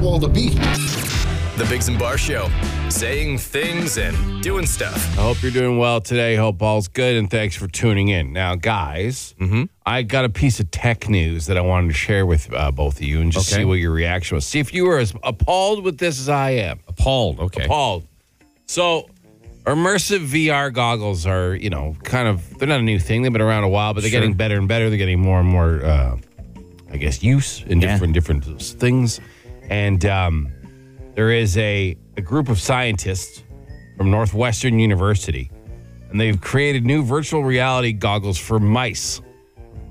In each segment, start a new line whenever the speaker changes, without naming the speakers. wall to be.
The Biggs and Bar Show, saying things and doing stuff.
I hope you're doing well today. Hope all's good, and thanks for tuning in. Now, guys,
Mm-hmm.
I got a piece of tech news that I wanted to share with uh, both of you and just
Okay.
see what your reaction was. See if you were as appalled with this as I am.
Appalled. Okay.
Appalled. So, immersive VR goggles are, you know, kind of, they're not a new thing. They've been around a while, but they're
Sure.
getting better and better. They're getting more and more, uh, I guess, use in
Yeah.
different, different things. And um, there is a, a group of scientists from Northwestern University, and they've created new virtual reality goggles for mice.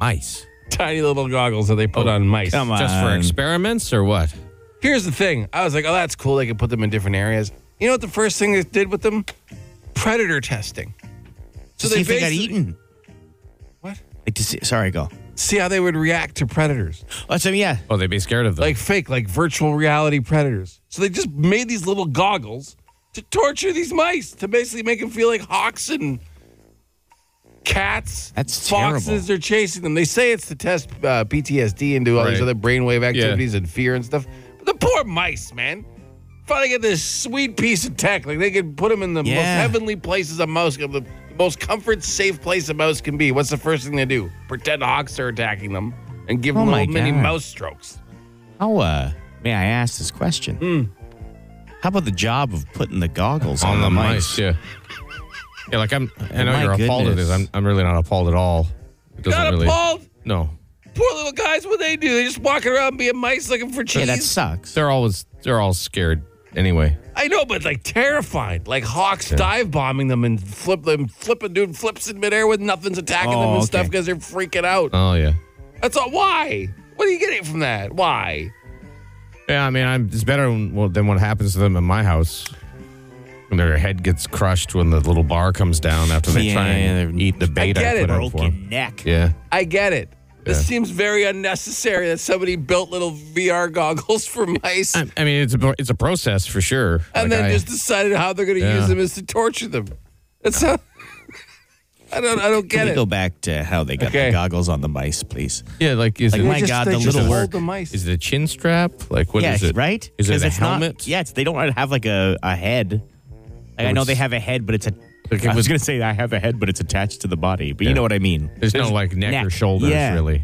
Mice.
Tiny little goggles that they put on mice.
Oh, come on.
Just for experiments or what?
Here's the thing. I was like, oh, that's cool. They could put them in different areas. You know what the first thing they did with them? Predator testing.
So see if they got
basically-
eaten.
What?
Like to see, sorry, go.
See how they would react to predators.
Oh, so yeah.
Oh, they'd be scared of them.
Like fake, like virtual reality predators. So they just made these little goggles to torture these mice, to basically make them feel like hawks and cats.
That's
foxes
terrible.
are chasing them. They say it's to test uh, PTSD and do all these
Right.
other brainwave
Yeah.
activities and fear and stuff. But the poor mice, man. Finally get this sweet piece of tech. Like they could put them in the most
Yeah.
heavenly places a mouse can, the most comfort safe place a mouse can be. What's the first thing they do? Pretend hawks are attacking them and give
Oh
them
my
little mini
God.
mouse strokes.
How uh, may I ask this question?
Hmm.
How about the job of putting the goggles on,
on the
mice?
mice. Yeah. Yeah, like I'm. I know
My
you're appalled at
goodness.
this. I'm. I'm really not appalled at all. It doesn't
Not
really.
appalled.
No,
Poor little guys, what they do? They just walk around being mice looking for
Yeah,
cheese.
that sucks.
they're always. They're all scared anyway.
I know, but like terrified, like hawks dive bombing them and flip them, flip a dude flips in midair with nothing's attacking them and
Oh, okay.
stuff because they're freaking out.
Oh yeah.
That's all. Why? What are you getting from that? Why?
Yeah, I mean, I'm. It's better than, well, than what happens to them in my house. When their head gets crushed when the little bar comes down after they
Yeah,
try and
they're-
eat the bait I,
get it.
put out for them.
Broken neck.
Yeah.
I get it. This
Yeah.
seems very unnecessary that somebody built little VR goggles for mice
I, I mean, it's a it's a process for sure. Like,
and then
I-
just decided how they're going to use
Yeah.
them is to torture them. That's how. I don't. I don't get
Can we
it.
go back to how they got
Okay.
the goggles on the mice, please?
yeah, like is
Like,
it
my
just-
God,
they
the
just
little
hold
work.
the mice.
is it a chin strap? Like what is
yeah,
it?
right?
Is it
'Cause
a
it's not-
helmet?
yeah, it's, they don't have like a, a head. Like, I know
was-
they have a head, but it's a.
Like, it
I
was-
was going to say I have a head, but it's attached to the body. But
Yeah.
you know what I mean.
There's, no like neck, or
neck.
shoulders
Yeah.
really.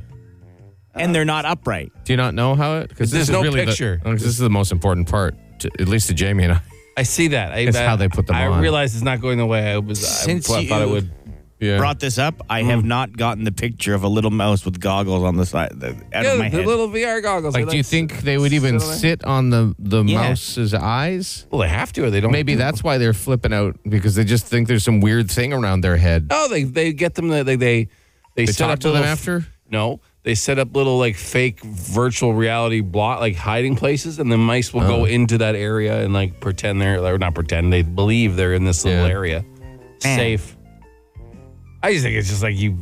And they're not upright.
Do you not know how it? Because
There's no picture.
The, Oh, 'cause this is the most important part, to, at least to Jamie and I.
I see that. I,
It's
I-
how they put them
I
on.
realize it's not going the way I was.
Since
I thought it
you-
would.
Yeah.
Brought this up. I have not gotten the picture of a little mouse with goggles on the side the, out
Yeah,
of my
the
head.
little VR goggles.
like,
They,
do you think they would even
sit on there.
sit on the the
Yeah.
mouse's eyes?
Well, they have to, or they don't.
Maybe that's why they're flipping out because they just think there's some weird thing around their head.
No, they they get them. They they Oh, they,
They
set
talk
up
to them
little-
after?
No, they set up little like fake virtual reality block like hiding places, and the mice will
Oh.
go into that area and like pretend they're or not pretend they believe they're in this little
Yeah.
area,
Man.
safe. I just think it's just like you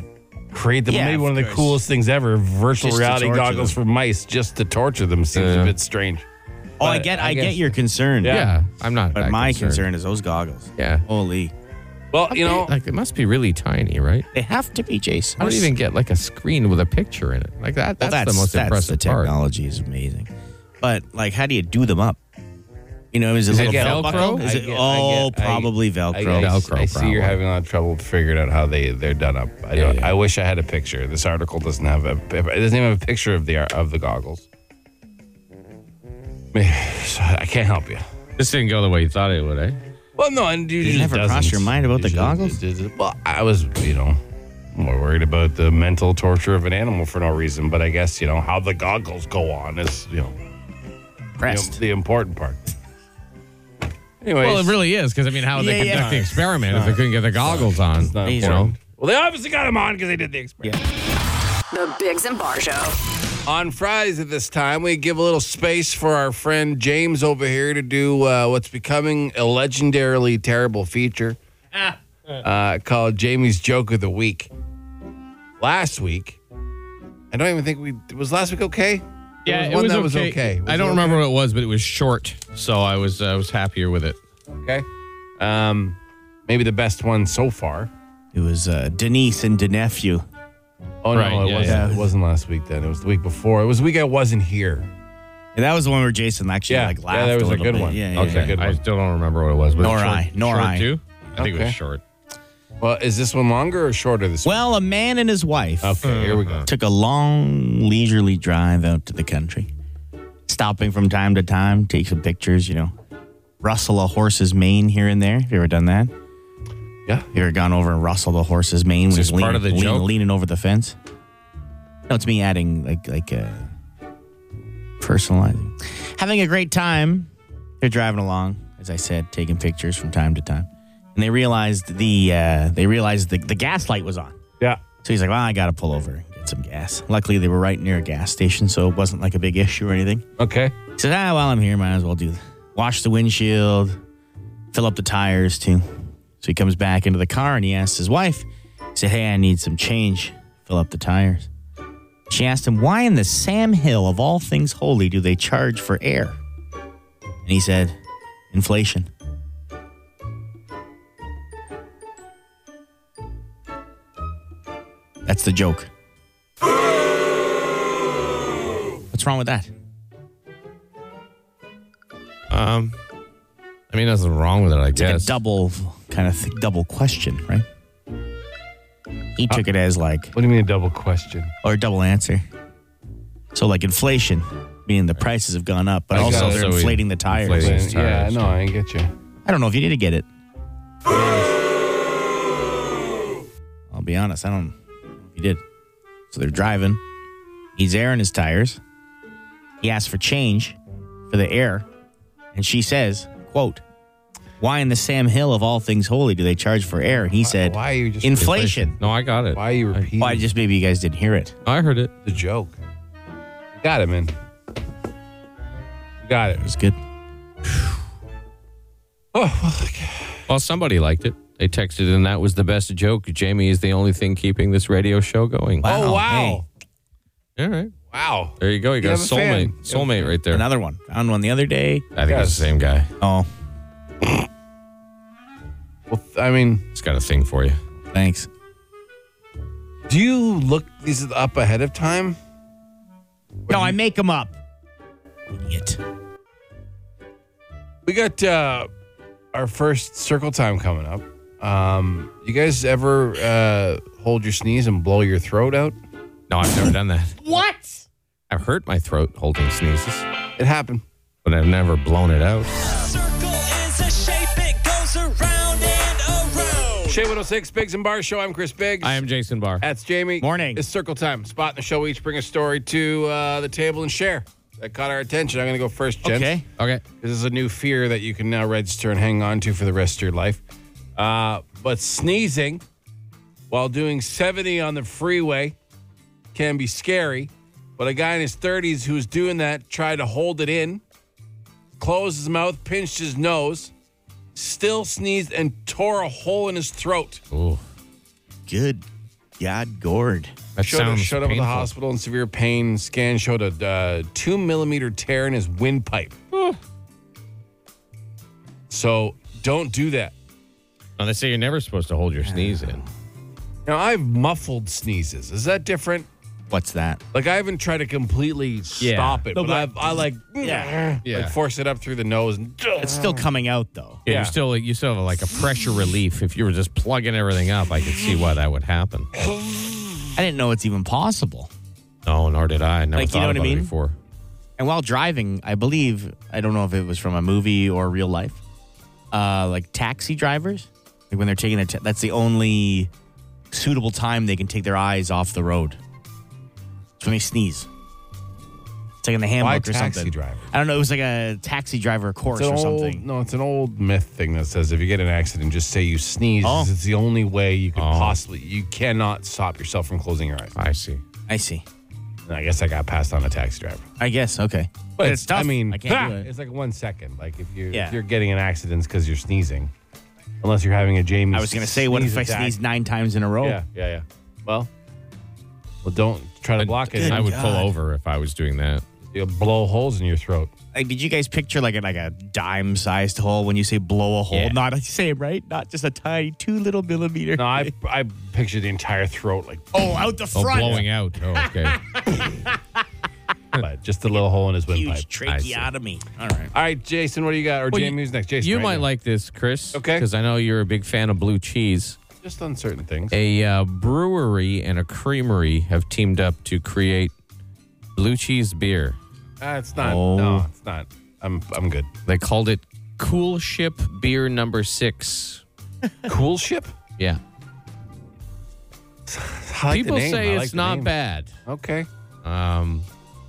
create the
Yeah,
maybe
of
one of the
course.
coolest things ever virtual
Just to
reality
torture
goggles for mice just to torture them seems
Yeah.
a bit strange.
oh, I
but
get
I
I,
guess-
get your concern.
Yeah.
Yeah, I'm not.
But
that
my
concerned.
concern is those goggles.
Yeah.
Holy.
Well, you know,
like it must be really tiny, right?
They have to be, Jason.
I don't even get like a screen with a picture in it. Like that.
Well,
That's, the most
that's
impressive
the
part.
technology is amazing. But like, how do you do them up? You know, is it,
Is it
little belt
Velcro?
buckle? Is
I
it
get- I
oh,
get- I-
probably
I,
Velcro?
I,
Velcro
I see
problem.
you're having a lot of trouble figuring out how they they're done up. I, don't,
yeah.
I wish I had a picture. This article doesn't have a. It doesn't even have a picture of the of the goggles. I can't help you.
This didn't go the way you thought it would, eh?
Well, no, and you, just
never
doesn't.
crossed your mind about the
Usually
goggles?
it doesn't. well, I was, you know, more worried about the mental torture of an animal for no reason. But I guess you know how the goggles go on is you know, you know,
Pressed.
the important part. Anyways,
Well, it really is because I mean, how would they
Yeah, yeah.
conduct the experiment if they couldn't get the goggles on?
not
You know,
important. Well, they obviously got him on because they did the experiment.
The Bigs and Bar Show.
On Fridays at this time, we give a little space for our friend James over here to do uh, what's becoming a legendarily terrible feature uh, called Jamie's Joke of the Week. Last week, I don't even think we was last week okay. There
yeah,
one
it
that
was
was
okay.
okay. Was
I
it
don't
okay?
remember what it was, but it was short, so I was I was happier with it.
Okay, um, maybe the best one so far.
It was uh, Denise and Denephew.
Oh
Right,
no, it
yeah,
wasn't.
yeah.
It wasn't last week. Then it was the week before. It was the week I wasn't here.
Yeah, that was the one where Jason actually
Yeah.
like
Yeah,
laughed.
that was a
little
good
bit.
one.
Yeah, yeah.
Okay,
yeah.
good.
I still don't remember what it was. was
Nor
it short,
I, nor
short
I.
Too? I think it
Okay.
was short.
Well, is this one longer or shorter? This
Well, a man and his wife
Okay, here we go.
Uh, took a long leisurely drive out to the country, stopping from time to time, take some pictures. You know, rustle a horse's mane here and there. Have you ever done that?
Yeah.
You ever gone over and rustled a horse's mane? when
this
he's leaning,
part of the
leaning,
joke?
leaning over the fence. No, it's me adding like like uh, personalizing, having a great time. They're driving along, as I said, taking pictures from time to time, and they realized the uh, they realized the, the gas light was on.
Yeah.
So he's like, "Well, I gotta pull over and get some gas." Luckily, they were right near a gas station, so it wasn't like a big issue or anything.
Okay.
He said, ah, while I'm here, might as well do wash the windshield, fill up the tires too. So he comes back into the car and he asks his wife, he said, Hey, I need some change. Fill up the tires. She asked him, Why in the Sam Hill of all things holy do they charge for air? And he said, Inflation. That's the joke. What's wrong with that?
Um, I mean, nothing wrong with it, I
It's like
guess.
a double kind of th- double question, right? He took it as like
What do you mean a double question?
or a double answer. So like inflation, meaning the prices have gone up, but
I
also
got it.
they're
So we-
inflating the tires.
inflating. It's
yeah,
tired,
no, I get you.
I don't know if you need to get it. I'll be honest, I don't know if you did. So they're driving. He's airing his tires. He asks for change for the air. And she says, quote, why in the Sam Hill of all things holy do they charge for air? And he said,
why are you just-
inflation?
No, I got it.
Why are you repeating
Why just maybe you guys didn't hear it.
I heard it.
the joke? You got it, man. You got it.
It was good.
Well, somebody liked it. They texted, and that was the best joke. Jamie is the only thing keeping this radio show going.
Oh, wow.
hey.
All right.
Wow.
There you go. You got a
have a
soulmate.
fan.
Soulmate right there.
Another one. Found one the other day.
I think it's the same guy.
Oh,
Well, I mean,
It's got a thing for you.
thanks.
do you look these up ahead of time?
No, I make them up. Idiot.
We got uh, our first circle time coming up. Um, you guys ever uh, hold your sneeze and blow your throat out?
No, I've never done that.
What?
I've hurt my throat holding sneezes,
It happened.
but I've never blown it out.
circle is a shape, it goes around and around.
Shay 106, Biggs oh and Bar Show. I'm Chris Biggs.
I am Jason Barr.
That's Jamie.
Morning.
It's circle time. Spot in the show. We each bring a story to uh, the table and share. That caught our attention. I'm going to go first, gents.
Okay.
Okay.
This is a new fear that you can now register and hang on to for the rest of your life. Uh, but sneezing while doing 70 on the freeway can be scary. But a guy in his 30s who was doing that tried to hold it in, closed his mouth, pinched his nose, still sneezed and tore a hole in his throat.
Ooh,
Good God, Gord.
that
Showed, up,
sounds
showed up at the
painful.
hospital in severe pain. Scan showed a uh, two millimeter tear in his windpipe. so don't do that.
No, they say you're never supposed to hold your sneeze in.
Now I've muffled sneezes. Is that different?
What's that?
Like I haven't tried to completely
Yeah.
stop it,
No,
but
but-
I've, I like
Yeah.
Yeah.
like force it up through the nose. And,
It's still coming out though.
Yeah,
Yeah.
you're still you still have like a pressure relief. If you were just plugging everything up, I could see why that would happen.
I didn't know it's even possible.
No, nor did I. I Never
Like, you
thought
know what I
about it
mean?
before.
And while driving, I believe I don't know if it was from a movie or real life. Uh, like taxi drivers, like when they're taking their ta- that's the only suitable time they can take their eyes off the road. It's when they sneeze. It's like in the
Why
handbook or
taxi
something.
driver?
I don't know. It was like a taxi driver course
It's an
or
old,
something.
No, it's an old myth thing that says if you get in an accident, just say you sneeze.
Oh.
It's the only way you could possibly. You cannot stop yourself from closing your eyes.
I see.
I see.
And I guess I got passed on a taxi driver.
I guess. Okay.
But
it's tough.
I mean,
I can't do it.
it's like one second. Like if you
Yeah.
if you're getting in accidents because you're sneezing, unless you're having a Jamie.
I was gonna say, what if I
attack.
sneeze nine times in a row?
Yeah, yeah, yeah. Well, well, don't try to block it.
I would pull
God.
over if I was doing that.
You'll blow holes in your throat.
Like, did you guys picture like a like a dime sized hole when you say blow a hole?
Yeah.
Not the same, right? Not just a tiny two little millimeter.
No, I I picture the entire throat like
oh, out the
Oh,
front.
blowing out. Oh, okay.
but just a little hole in his windpipe.
Huge tracheotomy. All right.
All right, Jason, what do you got? Or
Well,
Jamie, who's next? Jason,
You
right
might
now.
like this, Chris.
Okay.
Because I know you're a big fan of blue cheese.
just on certain things.
A uh, brewery and a creamery have teamed up to create blue cheese beer.
Uh, it's not.
Oh.
No, it's not. I'm I'm good.
They called it Cool Ship Beer Number Six.
Cool ship.
Yeah.
I like the
people
name. I
say
like
it's
the
not
name.
bad.
Okay.
Um,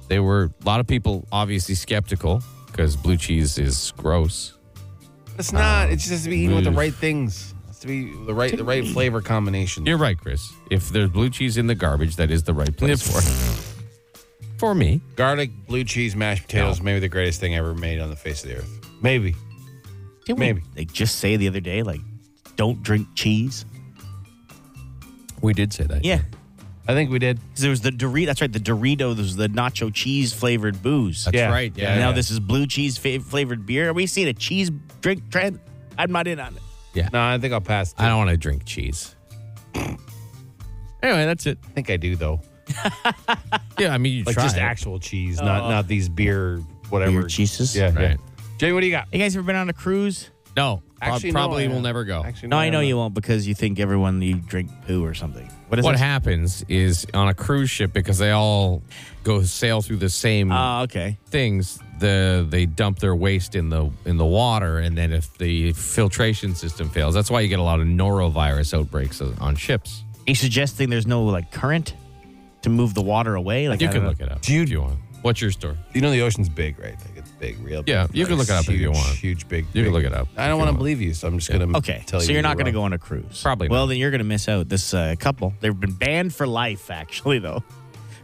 they were a lot of people obviously skeptical because blue cheese is gross.
It's not. It just has to be eaten with the
oof.
right things. It has to be the right the right flavor combination.
You're right, Chris. If there's blue cheese in the garbage, that is the right place for it. For me,
Garlic, blue cheese, mashed potatoes, maybe the greatest thing ever made on the face of the earth. Maybe.
Didn't
Maybe.
We, like just say the other day, like, don't drink cheese.
we did say that.
Yeah.
I think we did.
'Cause there was the Dorito. That's right. The Dorito. There was the nacho cheese flavored booze.
that's
Yeah.
right. Yeah,
And now
yeah.
this is blue cheese fa- flavored beer. Are we seeing a cheese drink trend? I'm not in on it.
No, I think I'll pass.
I don't want to drink cheese. anyway, that's it.
I think I do though.
Yeah, I mean, you
Like
try
just
it.
actual cheese, not not these beer whatever
Beer cheeses?
Yeah,
Right.
yeah. Jamie, what do you got?
You guys ever been on a cruise?
No, prob-
Actually, no,
probably
I-
will never go.
Actually,
No, I
I'm
know
not.
you won't because you think everyone you drink poo or something. What is
what
it?
happens is on a cruise ship because they all go sail through the same
Oh, okay.
things the they dump their waste in the in the water and then if the filtration system fails that's why you get a lot of norovirus outbreaks on- on ships
Are you suggesting there's no like current to move the water away? Like
you
I
can
don't
look
know.
it up
Dude.
if you want what's your story
You know the ocean's big, right? Like it's big, real. Big.
Yeah, you
Like,
can look it up if
huge,
you want.
Huge, big.
You can
big.
look it up
I
if
don't
you
want to
want.
believe you, so I'm just gonna
Okay,
Tell
so
you
you're not going to
wrong.
go on a cruise.
Probably
Well,
not.
then you're going to miss out. This uh, couple, they've been banned for life, actually, though,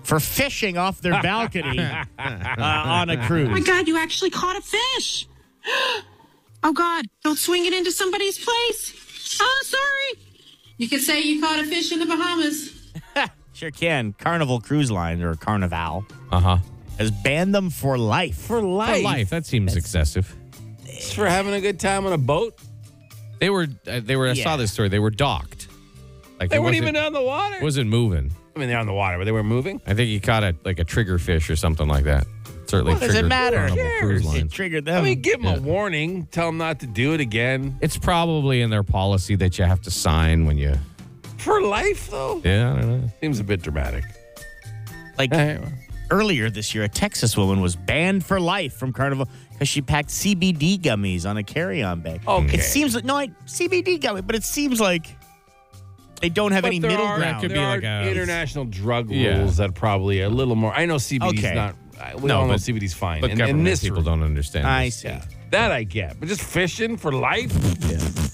for fishing off their balcony uh, on a
Oh
cruise.
my God, you actually caught a fish. Oh God, don't swing it into somebody's place. Oh, sorry. You could say you caught a fish in the Bahamas.
Sure can. Carnival Cruise Line or Carnival
uh-huh
has banned them for life. For
for life that seems excessive
Just for having a good time on a boat.
they were uh, they were i
Yeah.
saw this story they were docked like
They
it
weren't
wasn't-
even on the water.
wasn't moving
I mean, they're on the water, but they were moving.
i think he caught a like a trigger fish or something like that certainly
What does it
triggered
matter?
Carnival cruise
It
Line.
triggered them.
I mean, give them a warning. Tell them not to do it again.
it's probably in their policy that you have to sign when you
For life, though.
yeah i don't know
Seems a bit dramatic.
like earlier this year, a Texas woman was banned for life from Carnival because she packed CBD gummies on a carry-on bag.
Okay.
it seems like no, I, CBD gummy, but it seems like they don't have any
But there
middle
are,
ground.
could
there
be
are
like a-
international drug
Yeah.
rules that probably are a little more. I know CBD's
Okay.
not. I- We
No,
all know
but-
CBD's fine.
but
And- and,
government
this
people
rule-
don't understand
I
this.
see.
That I get. But just fishing for life?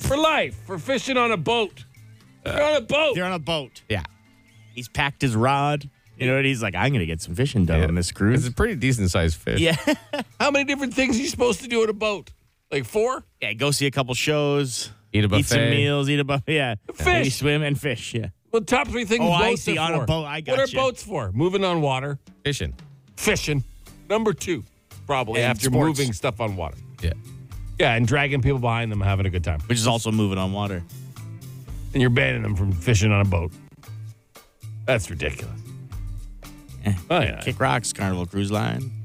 For life. For fishing on a boat. You're on a boat.
They're on a boat.
yeah
He's packed his rod. You know, and he's like, "I'm gonna get some fishing done on this
It's
cruise."
a pretty decent sized fish.
Yeah,
How many different things are you supposed to do on a boat? Like four?
yeah. Go see a couple shows.
Eat a
Eat some
buffet.
meals. Eat a buffet. Yeah. Maybe
Fish.
swim and fish. Yeah.
Well, top three things
Oh,
boats
I see,
are
on a
for.
boat, I
What
gotcha.
are boats for? Moving on water.
Fishing.
Fishing. Number two, probably
And
after
sports.
moving stuff on water.
Yeah.
Yeah, and dragging people behind them having a good time.
Which is also moving on water.
And you're banning them from fishing on a boat. That's ridiculous.
Eh.
Oh, yeah.
Kick rocks, Carnival Cruise Line.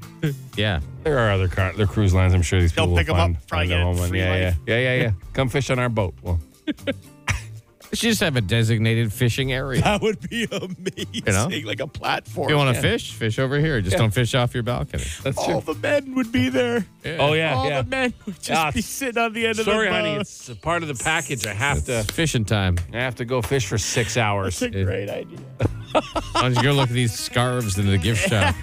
Yeah.
There are other car- there are cruise lines. I'm sure these
They'll
people will
pick 'em
find,
up, probably
find their
get
own one.
free
Yeah, yeah,
life.
yeah, yeah, yeah. Come fish on our boat. Well,
You should just have a designated fishing area.
That would be amazing. Like a platform.
If you want to fish? Fish over here. Just don't fish off your balcony.
that's
All
true.
the men would be there.
Oh yeah,
All
yeah.
the men would just
Yeah,
be sitting on the end of the
Sorry,
boat.
honey. It's a part of the package. I have to.
It's fishing time.
I have to go fish for six hours.
It's a great idea.
Why don't you go look at these scarves in the gift shop?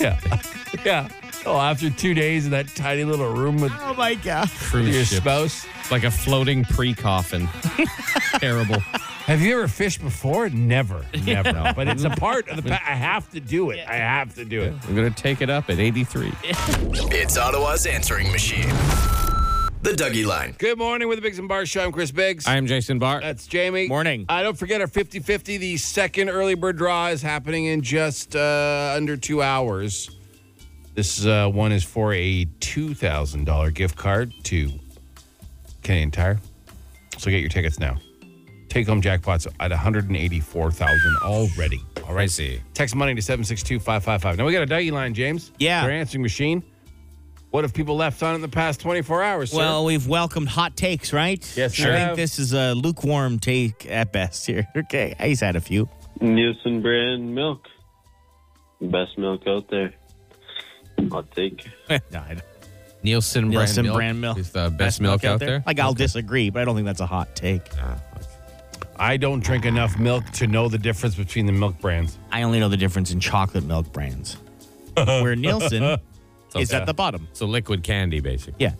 Yeah, yeah. Oh, after two days in that tiny little room with
Oh my god.
Cruise
your
ships.
spouse.
Like a floating pre coffin. Terrible.
Have you ever fished before? Never, never. but it's a part of the. Pa- I have to do it. I have to do it.
I'm going to take it up at 83.
It's Ottawa's answering machine. The Dougie Line.
Good morning with the Biggs and Bar Show. I'm Chris Biggs.
I am Jason Barr.
That's Jamie.
Morning.
I don't forget our 50 50. The second early bird draw is happening in just uh, under two hours. This uh, one is for a $2,000 gift card to Canadian Tire. So get your tickets now. Take home jackpots at 184000 already. Already.
All right, see.
Text money to 762-555. Now we got a Dougie line, James.
Yeah.
Our answering machine. What have people left on in the past 24 hours, sir?
Well, we've welcomed hot takes, right?
Yes, we
I
have.
think this is a lukewarm take at best here. Okay, he's had a few.
Nielsen brand milk. Best milk out there. I'll take.
no, I don't.
Nielsen,
Nielsen
brand,
brand milk
is the best, milk, out there.
Like, I'll disagree, but I don't think that's a hot take.
I don't drink enough milk to know the difference between the milk brands.
I only know the difference in chocolate milk brands, where Nielsen is at the bottom.
So liquid candy, basically.
Yeah,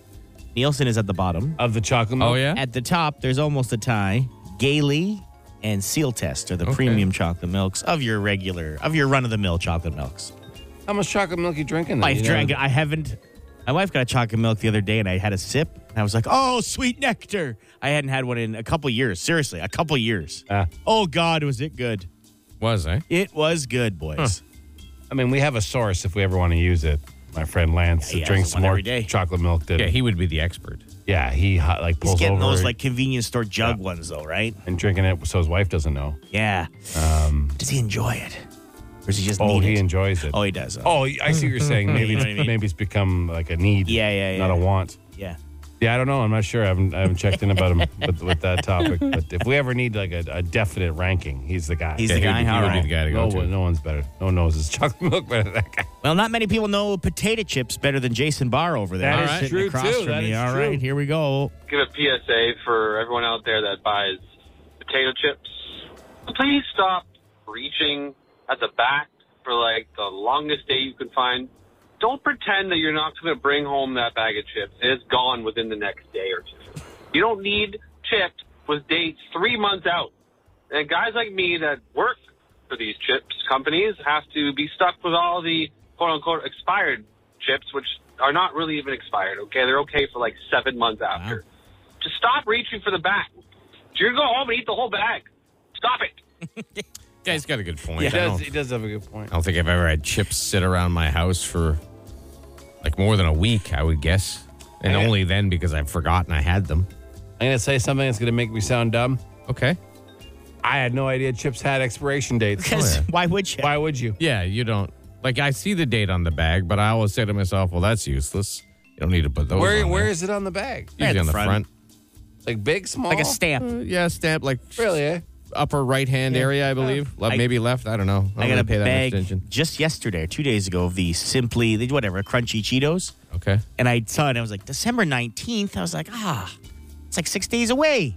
Nielsen is at the bottom.
Of the chocolate milk?
Oh yeah.
At the top, there's almost a tie. Gailey and Seal Test are the
Okay.
premium chocolate milks of your regular, of your run of the mill chocolate milks.
How much chocolate milk you drinking? then,
My wife
you know?
drank it. I haven't. My wife got a chocolate milk the other day, and I had a sip, and I was like, "Oh, sweet nectar!" I hadn't had one in a couple years. Seriously, a couple years.
Ah.
oh God, was it good?
Was eh? I?
It was good, boys.
I mean, we have a source if we ever want to use it. My friend Lance
Yeah, he has
drinks
one
more
every day.
chocolate milk than
Yeah, he would be the expert.
yeah, he hot, like
He's
pulls
getting
over
those like convenience store jug ones, though, right?
and drinking it so his wife doesn't know.
Yeah. Does he enjoy it, or does he just
Um, Oh,
need
he
it?
enjoys it.
oh, he does. Oh,
Oh, I see what you're saying. Maybe
You know
it's,
what I mean?
maybe it's become like a need.
Yeah, yeah,
Not a
yeah.
want.
yeah.
Yeah, I don't know. I'm not sure. I haven't, I haven't checked in about him with, with that topic. But if we ever need like a, a definite ranking, he's the guy.
He's the
he
guy.
would, he
All
would
right.
be the guy to
no,
go to.
one- no one's better. No one knows his chocolate milk better than that guy.
Well, not many people know potato chips better than Jason Barr over there.
That
All
is true,
right. Sitting across
too.
From
That
me.
is
All
true.
right, here we go.
Give a PSA for everyone out there that buys potato chips. Please stop reaching at the back for like the longest day you can find. Don't pretend that you're not going to bring home that bag of chips. It is gone within the next day or two. You don't need chips with dates three months out. And guys like me that work for these chips companies have to be stuck with all the quote unquote expired chips, which are not really even expired, okay? They're okay for like seven months after. Just stop reaching for the bag. You're going to go home and eat the whole bag. Stop it.
Yeah, he's got a good point.
He
I,
does.
don't,
He does have a good point.
I don't think I've ever had chips sit around my house for like more than a week, I would guess. And
I-
only then because I've forgotten I had them.
I'm gonna say something that's gonna make me sound dumb.
Okay.
I had no idea chips had expiration dates. Oh,
Because Oh, why would you?
Why would you?
Yeah, you don't like I see the date on the bag, but I always say to myself, Well, that's useless. You don't need to put those
Where
on
where
there.
is it on the bag?
Usually
At the
on the
front.
front.
Like big, small,
Like a stamp.
Uh, yeah, stamp like
Really? Eh?
upper right hand area, I believe. Left,
I-
maybe left. I don't know. I,
I
don't
got a
really pay that much
bag
attention.
just yesterday or two days ago of the simply the whatever crunchy Cheetos,
Okay.
and I saw it. And I was like December nineteenth. I was like, ah, it's like six days away.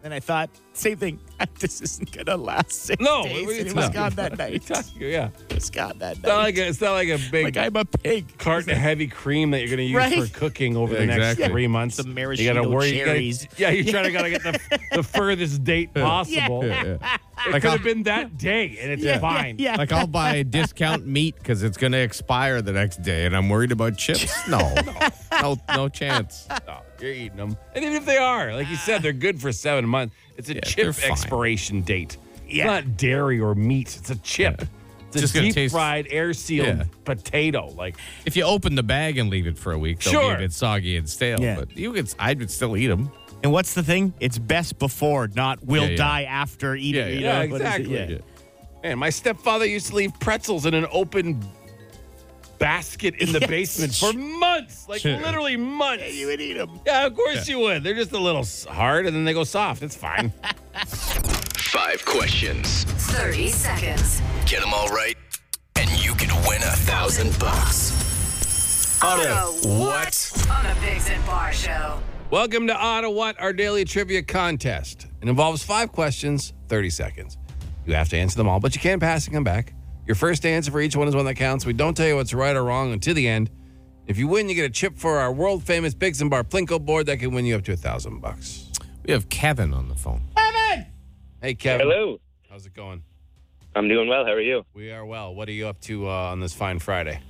Then I thought, same thing. This isn't gonna last six
No,
days.
what are you
and it was
talking
gone that night.
Yeah,
It
yeah.
was gone that
It's not
night.
like a, it's not like a big
Like I'm a pig.
carton of heavy cream that you're gonna use
Right?
for cooking over the
Exactly.
next three months.
Some
you gotta
maraschino
worry. you gotta-
cherries.
yeah, you try to gotta get the, the furthest date possible. It could have been that day, and it's
Yeah,
fine.
yeah,
Like I'll buy discount meat because it's going to expire the next day, and I'm worried about chips. No, no, no, no chance.
No, you're eating them, and even if they are, like you said, they're good for seven months. It's a
they're
chip
fine.
expiration date.
Yeah.
It's not dairy or meat. It's a chip. It's a
Just gonna
deep
taste-
fried, air sealed
Yeah.
potato. Like
If you open the bag and leave it for a week, they'll
Sure.
be a bit soggy and stale.
Yeah.
But you could, I would still eat them.
And what's the thing? It's best before, not will
Yeah, yeah.
die after eating.
Yeah,
you
yeah,
know, what is it?
exactly.
Yeah.
Man, my stepfather used to leave pretzels in an open basket in the
Yes.
basement for months, like
Sure.
literally months.
You would eat them.
Yeah, of course you would. They're just a little s- hard, and then they go soft. It's fine.
Five questions.
30 seconds.
Get them all right, and you can win a thousand bucks.
Auto
What?
on the Bigs and Bar Show.
Welcome to Ottawa, What, our daily trivia contest. It involves five questions, 30 seconds. You have to answer them all, but you can pass and come back. Your first answer for each one is one that counts. We don't tell you what's right or wrong until the end. If you win, you get a chip for our world famous Bigs and Bar Plinko board that can win you up to a thousand bucks.
We have Kevin on the phone.
Hey, Kevin.
Hello.
How's it going?
I'm doing well. How are you?
We are well. What are you up to uh, on this fine Friday?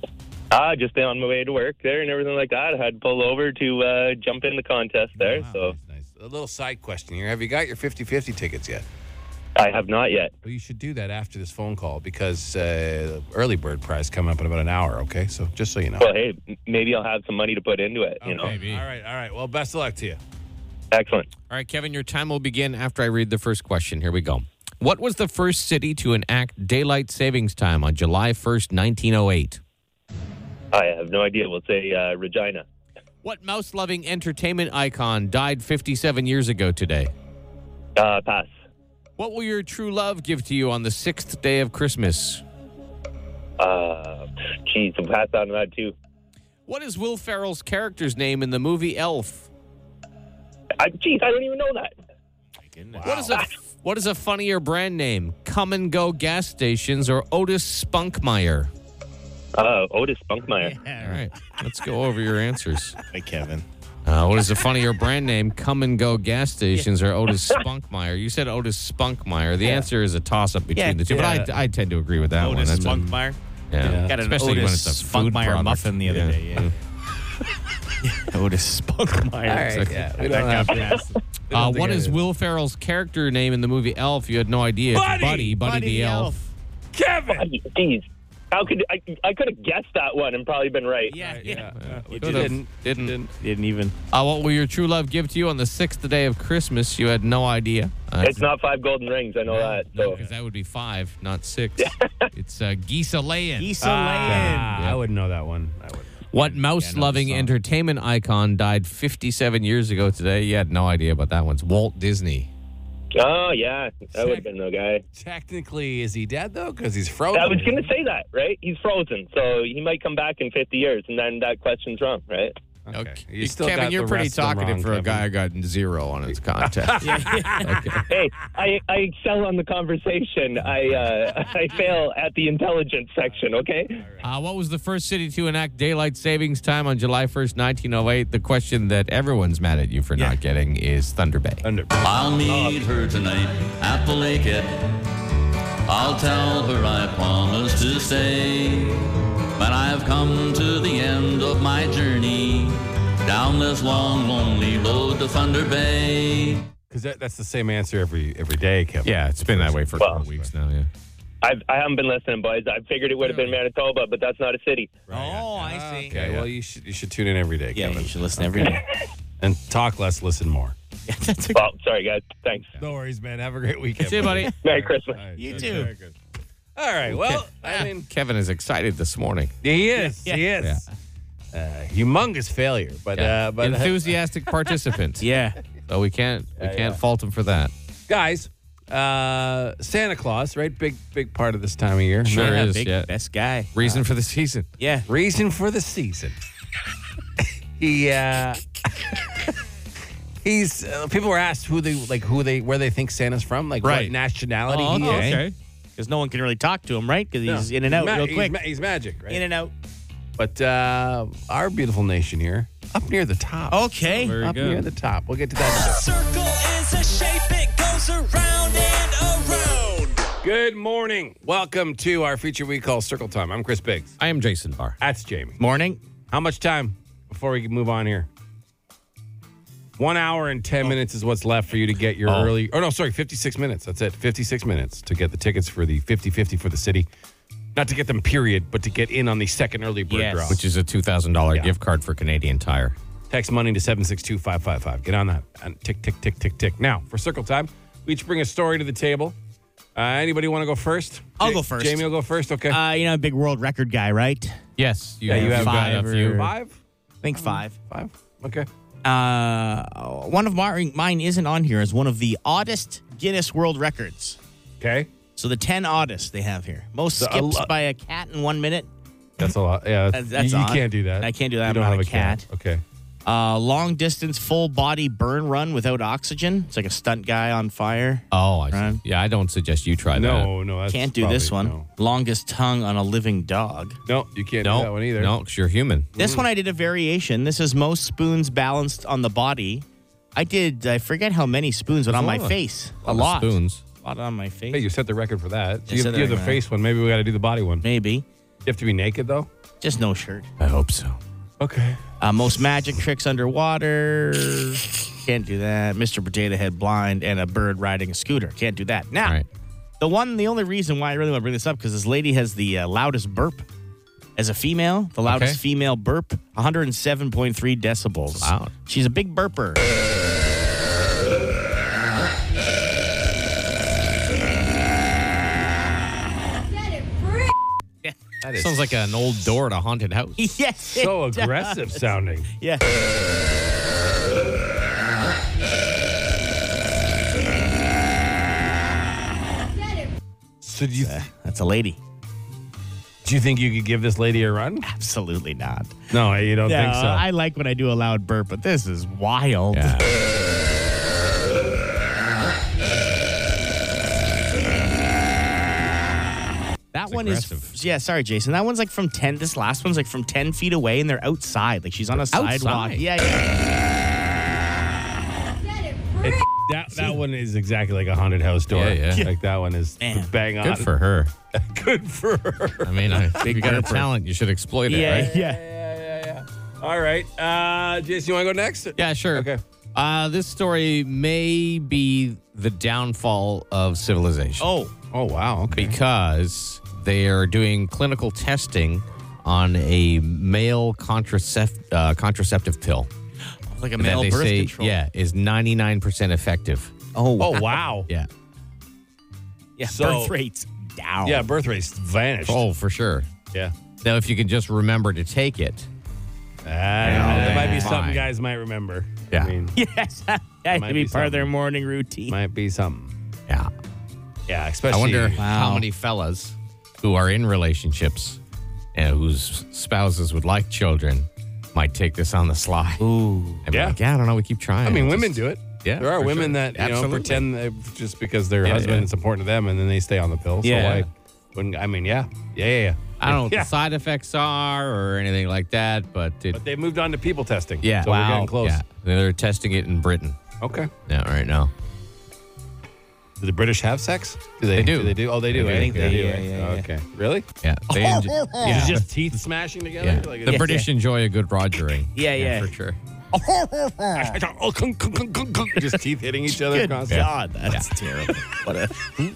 Ah, just on my way to work there and everything like that. I had to pull over to uh, jump in the contest there,
Wow,
so
nice, nice. A little side question here. Have you got your 50 50 tickets yet?
I have not yet.
Well, you should do that after this phone call because uh, early bird prize coming up in about an hour. Okay, so just so you know.
Well, hey, m- maybe I'll have some money to put into it. You know,
Okay. All right, all right. Well, best of luck to you.
excellent.
All right, Kevin, your time will begin after I read the first question. Here we go. What was the first city to enact daylight savings time on July oh 1st, 1908?
I have no idea. We'll say uh, Regina.
What mouse loving entertainment icon died 57 years ago today?
Uh, pass.
What will your true love give to you on the sixth day of Christmas?
Uh, geez, I'm pass on that too.
What is Will Ferrell's character's name in the movie Elf?
I, geez, I don't even know that.
What is a what is a funnier brand name? Come and Go gas stations or Otis Spunkmeyer?
Uh, Otis Spunkmeyer.
All right, let's go over your answers.
Hey, Kevin.
Uh, what is a funnier brand name? Come and Go gas stations or Otis Spunkmeyer? You said Otis Spunkmeyer. The answer is a toss up between
Yeah,
the two, but
yeah.
I, I tend to agree with that one.
Otis
That's a-
Spunkmeyer.
yeah.
Got an
Especially when
Otis
it's a food
Spunkmeyer
product.
muffin the other
Yeah. Mm.
day. Yeah. Otis Spunkmeyer.
right, yeah, we don't
Back
have
up your ass.
Uh, what is Will Ferrell's character name in the movie Elf? You had no idea. It's Buddy,
Buddy!
Buddy, the elf.
Kevin?
Geez, Geez, how could I? I could have guessed that one and probably been right.
Yeah, yeah.
You
didn't.
Didn't.
Didn't even.
Uh, what will your true love give to you on the sixth day of Christmas? You had no idea. Uh,
It's not five golden rings. I know that.
No,
So
because that would be five, not six. it's uh, geese a laying.
He's
Ah,
Ah, I wouldn't know that one. I would.
What mouse loving
song.
entertainment icon died 57 years ago today? You had no idea about that one. It's Walt Disney.
Oh yeah, that would have been the guy.
Technically, is he dead though? Because he's frozen.
I was gonna say that, right? He's frozen, so he might come back in 50 years, and then that question's wrong, right?
Okay.
Okay.
You still
Kevin,
got
you're
the
pretty
rest of them
talkative
wrong,
for a
Kevin.
guy who got zero on his contest.
Hey, I, I excel on the conversation. I uh, I fail at the intelligence section. Okay.
Uh, what was the first city to enact daylight savings time on July 1st, 1908? The question that everyone's mad at you for not getting is Thunder Bay.
Under-
I'll meet her tonight at the lake. I'll tell her I promise to stay. But I've come to the end of my journey down this long, lonely road to Thunder Bay.
Because that, that's the same answer every every day, Kevin.
Yeah, it's been that way for a couple
Well,
of weeks now. Yeah.
I've, I haven't been listening, boys. I figured it would have been Manitoba, but that's not a city.
Oh, I see.
Okay. Well, you should you should tune in every day,
Yeah,
Kevin,
you should listen every day.
and talk less, listen more.
That's a
Well, sorry guys. Thanks.
No worries, man. Have a great weekend.
See you, buddy.
Merry Christmas.
All right,
You
that's
too.
very good. All right. Well, I mean,
Kevin is excited this morning.
he is. He is. Uh, humongous failure, but uh, but uh,
Enthusiastic participant.
Yeah.
So we can't we can't
yeah.
fault him for that.
guys, uh, Santa Claus, right? Big big part of this time of year.
Sure
Yeah,
is,
big,
yeah.
Best guy.
Uh,
Reason for the season.
Yeah.
reason for the season. he uh he's uh, people were asked who they like who they where they think Santa's from, like
Right.
what nationality he is.
Because no one can really talk to him, right? Because
No.
he's in and out
ma-
real
he's
quick.
ma- He's, magic, right?
in and out.
but uh our beautiful nation here up near the top.
Okay.
up near the top. We'll get to that. in a bit.
Circle is a shape, it goes around and around.
Good morning. Welcome to our feature we call Circle Time. I'm Chris Biggs.
I am Jason Barr.
That's Jamie.
Morning.
How much time before we move on here? One hour and
Oh.
10 minutes is what's left for you to get your early. Oh, no, sorry, 56 minutes. That's it. 56 minutes to get the tickets for the 50 50 for the city. Not to get them, period, but to get in on the second early bird
Yes.
draw.
Which is a two thousand dollar gift card for Canadian Tire.
Text money to 762 555. Get on that. And tick, tick, tick, tick, tick. Now, for circle time, we each bring a story to the table. Uh, anybody want to go first?
I'll
Ja-
go first.
Jamie will go first. Okay.
Uh, you know, big world record guy, right?
Yes, you,
you have
got
five
a
or-
few.
five?
I think five.
Five? Okay.
Uh, one of my, mine isn't on here as one of the oddest Guinness World Records.
Okay.
So the 10 oddest they have here. Most
So a
skips
uh, lo-
by a cat in one minute.
That's a lot. Yeah.
That- that's
you, you
odd.
can't do that.
I can't do that.
You
I'm
don't
not
have
a
a cat.
cat.
Okay.
Uh, long distance full body burn run without oxygen. It's like a stunt guy on fire.
Oh, I see.
Right.
yeah. I don't suggest you try that.
No, no, that's
Can't do this one.
probably-
Longest tongue on a living dog.
No, No, you can't do that
no,
one either.
no, 'cause you're human.
Mm.
This one I did a variation. This is most spoons balanced on the body. I did, I forget how many spoons, but on my
lot.
face. A
On the
lot.
spoons.
A lot on my face.
Hey, you set the record for that.
I
you
set
have,
the
you have the
record.
face one. Maybe we got to do the body one. You
Maybe.
have to be naked though.
Just no shirt.
I hope so.
Okay.
Uh, most magic tricks underwater. Can't do that. Mr. Potato Head blind and a bird riding a scooter. Can't do that. Now,
All right.
the one, the only reason why I really want to bring this up because this lady has the uh, loudest burp as a female, the loudest
Okay.
female burp, 107.3 decibels.
Loud.
She's a big burper.
That is
Sounds like an old door at a haunted house.
yes.
So aggressive sounding.
Yeah.
So do you
That's a lady.
Do you think you could give this lady a run?
Absolutely not.
No, you don't
No,
think so.
I like when I do a loud burp, but this is wild. That one is yeah. Sorry, Jason. That one's like from ten. This last one's like from ten feet away, and they're outside. Like she's on a sidewalk.
Outside?
Yeah, yeah.
It- that that one is exactly like a haunted house door.
Yeah, yeah.
Like that one is
Man.
bang on.
Good for her.
Good for her.
I mean, I, if you got a talent, you should exploit it,
Yeah,
right?
yeah.
All right, uh, Jason, you want to go next?
Yeah, sure.
Okay.
Uh, this story may be the downfall of civilization.
Oh,
Oh wow. Okay.
because they are doing clinical testing on a male contracept- uh, contraceptive pill
like a
that
male
they
birth
say
control.
yeah is 99% effective.
Oh,
Oh wow.
Yeah.
yeah.
so-
birth rates down.
Yeah, birth rates vanished.
Oh, for sure.
Yeah.
Now if you can just remember to take it.
that Ah, might be
fine.
something guys might remember.
Yeah.
I mean,
Yes. That
Might
could be,
be
part of their
something.
morning routine.
might be something.
Yeah.
Yeah, especially.
I wonder
Wow.
how many fellas who are in relationships and whose spouses would like children might take this on the sly.
Ooh.
And be
Yeah.
like, yeah, I don't know. We keep trying.
I mean,
Just-
women do it.
Yeah,
there are
for
women
sure.
that you know
Absolutely.
pretend that just because their
Yeah,
husband
yeah.
is important to them, and then they stay on the pill. So
Yeah.
why wouldn't I mean? Yeah, yeah, yeah. yeah.
I don't know what
Yeah.
the side effects are or anything like that, but it
But they moved on to people testing.
Yeah.
so we're getting close.
Yeah. They're testing it in Britain
Okay.
now, right now.
Do the British have sex? Do they,
They do.
They do. Oh, they do.
They
I
do,
think
yeah.
they do.
Yeah,
eh?
yeah, yeah.
okay. Really?
Yeah. They en- yeah.
Is it just teeth smashing together?
yeah.
Like
The
it's-
British enjoy a good rogering.
Yeah, yeah.
For sure.
oh, just teeth hitting each other
Good
constantly.
God, that's terrible. What a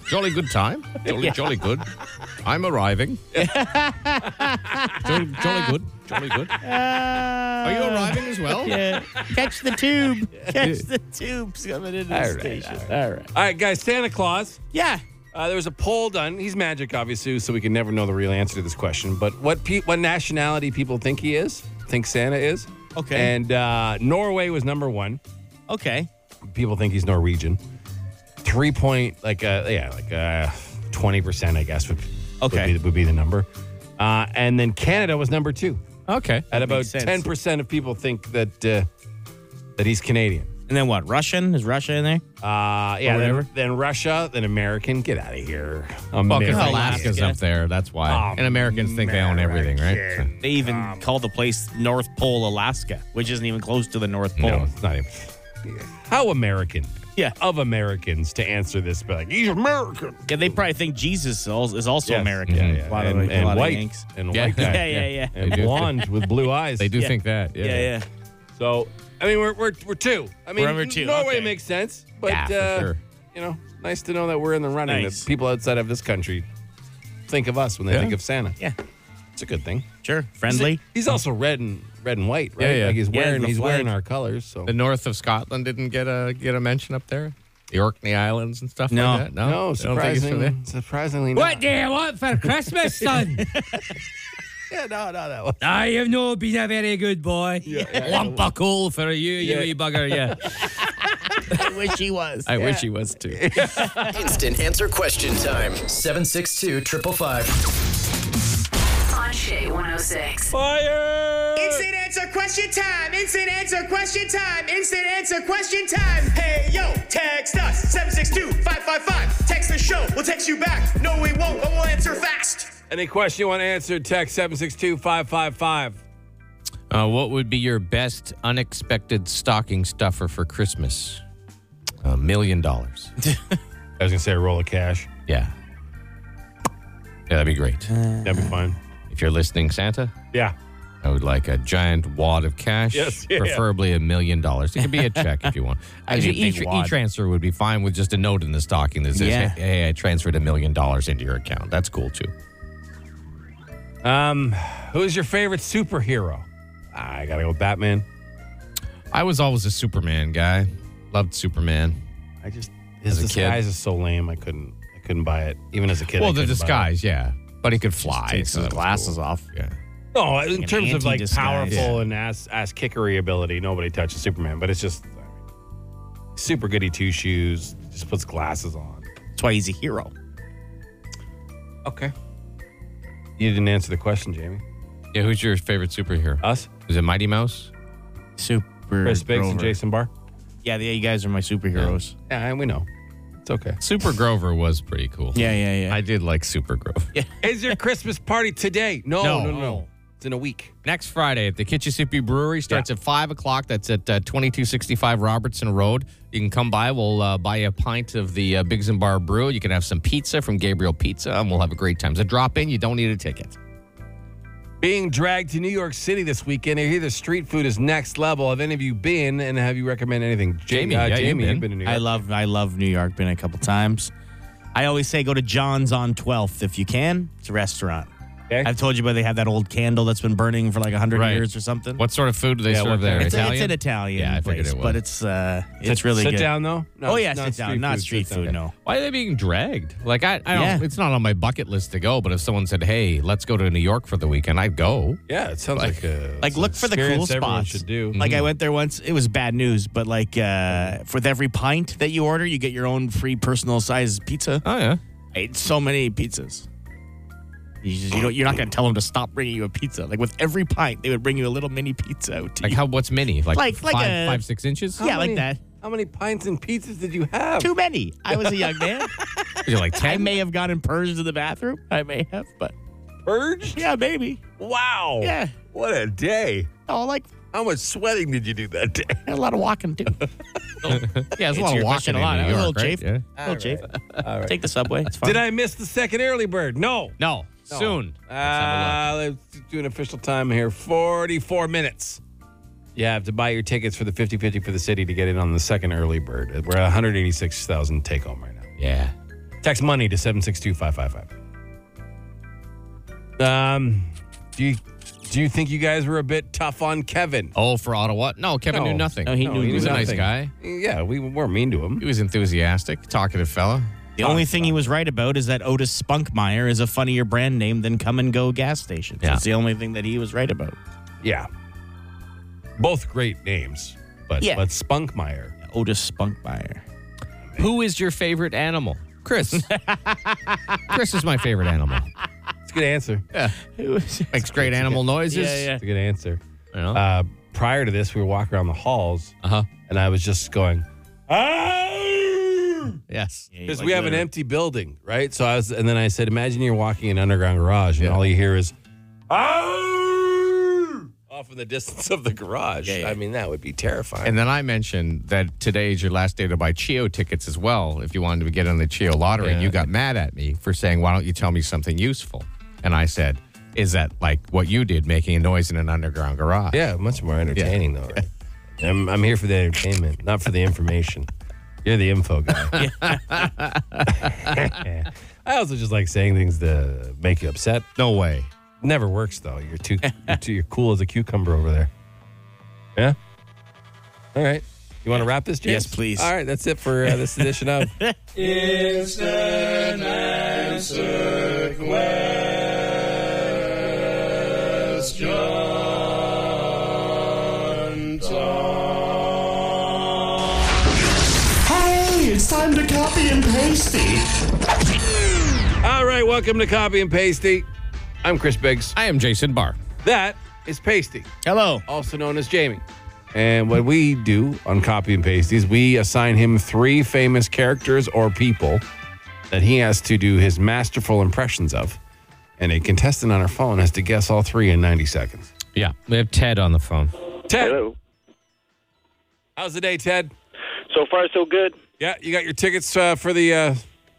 Jolly good time. Jolly, jolly good. I'm arriving. jolly, jolly good. Jolly good. Are you arriving as well?
yeah. Catch the tube. Catch the tube's coming into the
All right,
station. All right.
All right, guys. Santa Claus.
Yeah.
Uh, there was a poll done. He's magic, obviously, so we can never know the real answer to this question. But what pe- what nationality people think he is? Think Santa is?
Okay.
And uh, Norway was number one.
Okay.
People think he's Norwegian. Three point like uh, yeah like twenty percent, I guess would,
Okay.
would, be, would be the number. Uh, and then Canada was number two
Okay.
at about
makes sense.
ten percent of people think that uh, that he's Canadian.
And then what? Russian? Is Russia in there?
Uh, yeah.
whatever.
Then, then Russia, then American. Get out of here.
Well, 'cause
American.
Alaska's up there. That's why.
Oh,
and Americans think they own everything, right? So-
American.
They even call the place North Pole, Alaska, which isn't even close to the North Pole.
No, it's not even. How American
Yeah.
of Americans to answer this, but like he's American.
Yeah, they probably think Jesus al- is also
Yes.
American.
Yeah,
A
yeah.
Mm-hmm. lot of,
And,
like, a
and
lot of
white
Yanks.
and
Yeah.
white guy.
Yeah, yeah, yeah.
And
They do.
blonde with blue eyes.
They do
Yeah.
think that. Yeah.
Yeah, yeah.
So I mean, we're we're, we're two. I mean,
We're number two,
Norway
okay.
makes sense, but
Yeah, for
uh,
sure.
you know, nice to know that we're in the running.
Nice.
That people outside of this country think of us when they
Yeah.
think of Santa.
Yeah.
It's a good thing.
Sure. Friendly.
He's also red and red and white, right?
Yeah, yeah.
Like he's
Yeah,
wearing
the
he's wearing
flag.
our colors. So
The north of Scotland didn't get a get a mention up there. The Orkney Islands and stuff
No.
like that. No,
no,
They don't think it's from there?
surprisingly, surprisingly, not.
do you want for Christmas, son?
Yeah, no, no, that one.
I have no been a very good boy. Lump a coal for you, you wee bugger, yeah.
I wish he was.
I wish he was too.
Instant answer question time. 762 555.
On Shea 106.
Fire!
Instant answer question time. Instant answer question time. Instant answer question time. Hey, yo, text us 762 555. Text the show. We'll text you back. No, we won't, but we'll answer fast.
Any question you want answered, text 762 555.
Uh, what would be your best unexpected stocking stuffer for Christmas? A million dollars.
I was going to say a roll of cash.
Yeah. Yeah, that'd be great.
That'd be fine.
If you're listening, Santa,
Yeah.
I would like a giant wad of cash,
Yes, yeah.
preferably a million dollars. It could be a check if you want. Actually,
need a big
e-
wad.
transfer would be fine with just a note in the stocking that says,
Yeah.
"Hey, hey, I transferred a million dollars into your account." That's cool too.
Um, Who's your favorite superhero? I got to go with Batman.
I was always a Superman guy. Loved Superman.
I just, his
a kid.
disguise is so lame. I couldn't, I couldn't buy it. Even as a kid. I
well, the
couldn't buy it.
disguise, yeah. but he could fly.
takes his glasses off.
Yeah.
No,
Like
in
an
terms of like
anti-disguise.
powerful and ass ass kickery ability, nobody touches Superman. But it's just super goody two shoes. Just puts glasses on.
That's why he's a hero.
Okay. You didn't answer the question, Jamie.
Yeah, who's your favorite superhero?
Us?
Is it Mighty Mouse?
Super.
Chris Biggs and
Grover.
Jason Barr.
Yeah, yeah, you guys are my superheroes.
Yeah, we know. It's okay.
Super Grover was pretty cool.
Yeah, yeah, yeah.
I did like Super Grover.
Is your Christmas party today? No,
No.
no, no. no, It's in a week.
Next Friday at the Kitchissippi Brewery starts at five o'clock. That's at uh, twenty two sixty five Robertson Road. You can come by. We'll uh, buy you a pint of the uh, Biggs and Bar Brew. You can have some pizza from Gabriel Pizza, and we'll have a great time. It's a drop in. You don't need a ticket.
Being dragged to New York City this weekend. I hear the street food is next level. Have any of you been and have you recommend anything? uh,
Jamie, yeah, you've
Jamie,
been.
you've been to New York.
I love I love New York. Been a couple times. I always say go to John's on 12th if you can. It's a restaurant.
Okay.
I've told you about they have that old candle that's been burning for like 100
Right.
years or something.
What sort of food do they
Yeah, what
serve there?
kind?
It's, a, it's
Italian.
an Italian
Yeah, I figured
place,
it was.
but it's uh, it's
Sit-
really
sit
good.
down though. No,
oh yeah,
it's
sit down, not street food. No,
Why are they being dragged? Like I, I don't.
Yeah.
It's not on my bucket list to go. But if someone said, "Hey, let's go to New York for the weekend," I'd go.
Yeah, it sounds like, a
like
it's an
look for the cool
experience everyone
spots. Mm.
Should do.
Like
Mm-hmm.
I went there once. It was bad news, but like uh, with every pint that you order, you get your own free personal size pizza.
Oh yeah.
I ate so many pizzas. You just, you don't, you're not going to tell them to stop bringing you a pizza. Like with every pint, they would bring you a little mini pizza. Out to
Like
you.
how? What's mini? Like,
Like-
five,
like a-
five, six inches?
yeah, like that.
How many pints and pizzas did you have?
Too many. I was a young man.
Is it like
I
ten?
may have gotten purged to the bathroom. I may have, but
Purged?
yeah, maybe.
Wow.
Yeah.
What a day.
Oh, like
How much sweating did you do that day?
a lot of walking too.
yeah, it's a
Answer
lot of
your
walking
question a lot.
in
I
New
was a
York,
little
right?
chafed.
Yeah.
Little Jake. Take the subway. It's fine.
Did I miss the second early bird? No.
No, soon. Let's have a look.
Uh, let's do an official time here 44 minutes. You have to buy your tickets for the 50 50 for the city to get in on the second early bird. We're at 186,000 take home right now.
Yeah.
Text money to 762-555. Um, do you do you think you guys were a bit tough on Kevin?
Oh, for Ottawa? No, Kevin
No.
knew nothing.
No, he knew
he was a nice
nothing.
guy.
Yeah, we were mean to him.
He was enthusiastic, talkative fella.
The only thing he was right about is that Otis Spunkmeyer is a funnier brand name than Come and Go gas stations.
Yeah.
That's the only thing that he was right about.
Yeah. Both great names, but
Yeah.
but Spunkmeyer.
Otis Spunkmeyer.
Who is your favorite animal? Chris. Chris is my favorite animal.
It's a good answer.
Makes great animal noises.
It's a good answer.
You know?
Uh, prior to this, we were walking around the halls,
Uh-huh.
and I was just going, "Ah!"
Yes.
Because we have an empty building, right? So I was, and then I said, imagine you're walking in an underground garage and all you hear is, "Ow!" off in the distance of the garage.
yeah.
I mean, that would be terrifying.
And then I mentioned that today is your last day to buy Chio tickets as well. If you wanted to get on the Chio lottery, and you got mad at me for saying, "Why don't you tell me something useful?" And I said, "Is that like what you did, making a noise in an underground garage?"
yeah, much more entertaining, though. Right? I'm, I'm here for the entertainment, not for the information. You're the info guy. I also just like saying things to make you upset.
No way.
Never works though. You're too, you're too you're cool as a cucumber over there. Yeah. All right. You want to wrap this, James?
Yes, please.
All right, that's it for uh, this edition of.
Hey, it's time to copy and pasty.
All right, welcome to Copy and Pasty. I'm Chris Biggs.
I am Jason Barr.
That is Pasty,
Hello.
also known as Jamie. And what we do on Copy and Pasty is we assign him three famous characters or people that he has to do his masterful impressions of. And a contestant on our phone has to guess all three in 90 seconds.
Yeah, we have Ted on the phone.
Ted,
Hello.
how's the day, Ted?
So far, so good.
Yeah, you got your tickets uh, for the uh,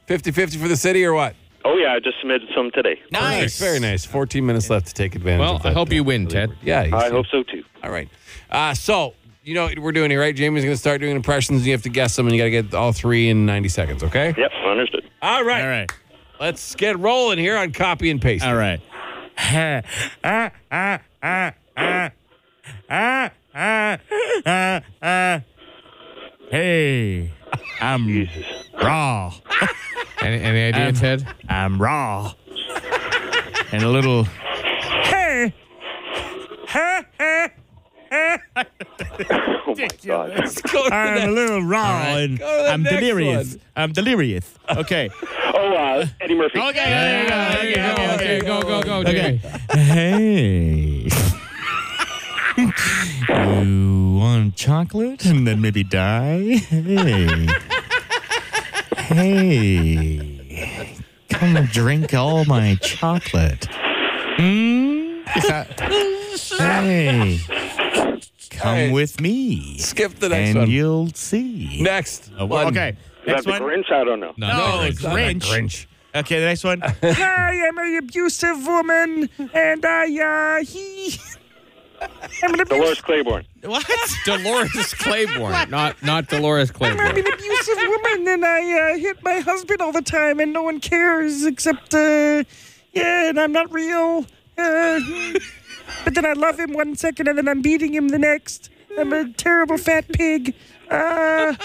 50-50 for the city or what?
Oh yeah, I just submitted some today.
Perfect. Very nice. 14 minutes left to take advantage
Well,
of that.
I hope you win, Ted.
Yeah. you
I
see.
hope so too.
All right. Uh, so, you know what we're doing here, right? Jamie's going to start doing impressions. and You have to guess them, and you got to get all three in 90 seconds, okay?
Yep, understood.
All right.
All right.
Let's get rolling here on copy and paste. Ah,
All right. Hey, I'm raw.
Um, Any, any idea, Ted?
I'm raw. and a little.
oh my God.
I'm a little raw
right.
and
Go to the
I'm
next
delirious. I'm delirious. Okay.
Oh, uh, Eddie Murphy.
Okay,
there you go. There
Okay,
you go.
go, go, go,
Okay. hey. you want chocolate and then maybe die? Hey. hey. Come drink all my chocolate. Hmm? hey. Come with me.
Skip the next
and
one.
you'll see.
Next.
Uh, well,
one.
okay.
Is that
Next
the
one.
Grinch? I don't know.
No, it's not Grinch. Okay, the next one. Hi, I'm an abusive woman, and I, uh, he. I'm an
Dolores Claiborne.
What?
Dolores Claiborne, not not Dolores Claiborne.
an abusive woman, and I uh, hit my husband all the time, and no one cares except, uh, yeah, and I'm not real. Uh, but then I love him one second, and then I'm beating him the next. I'm a terrible fat pig. Uh,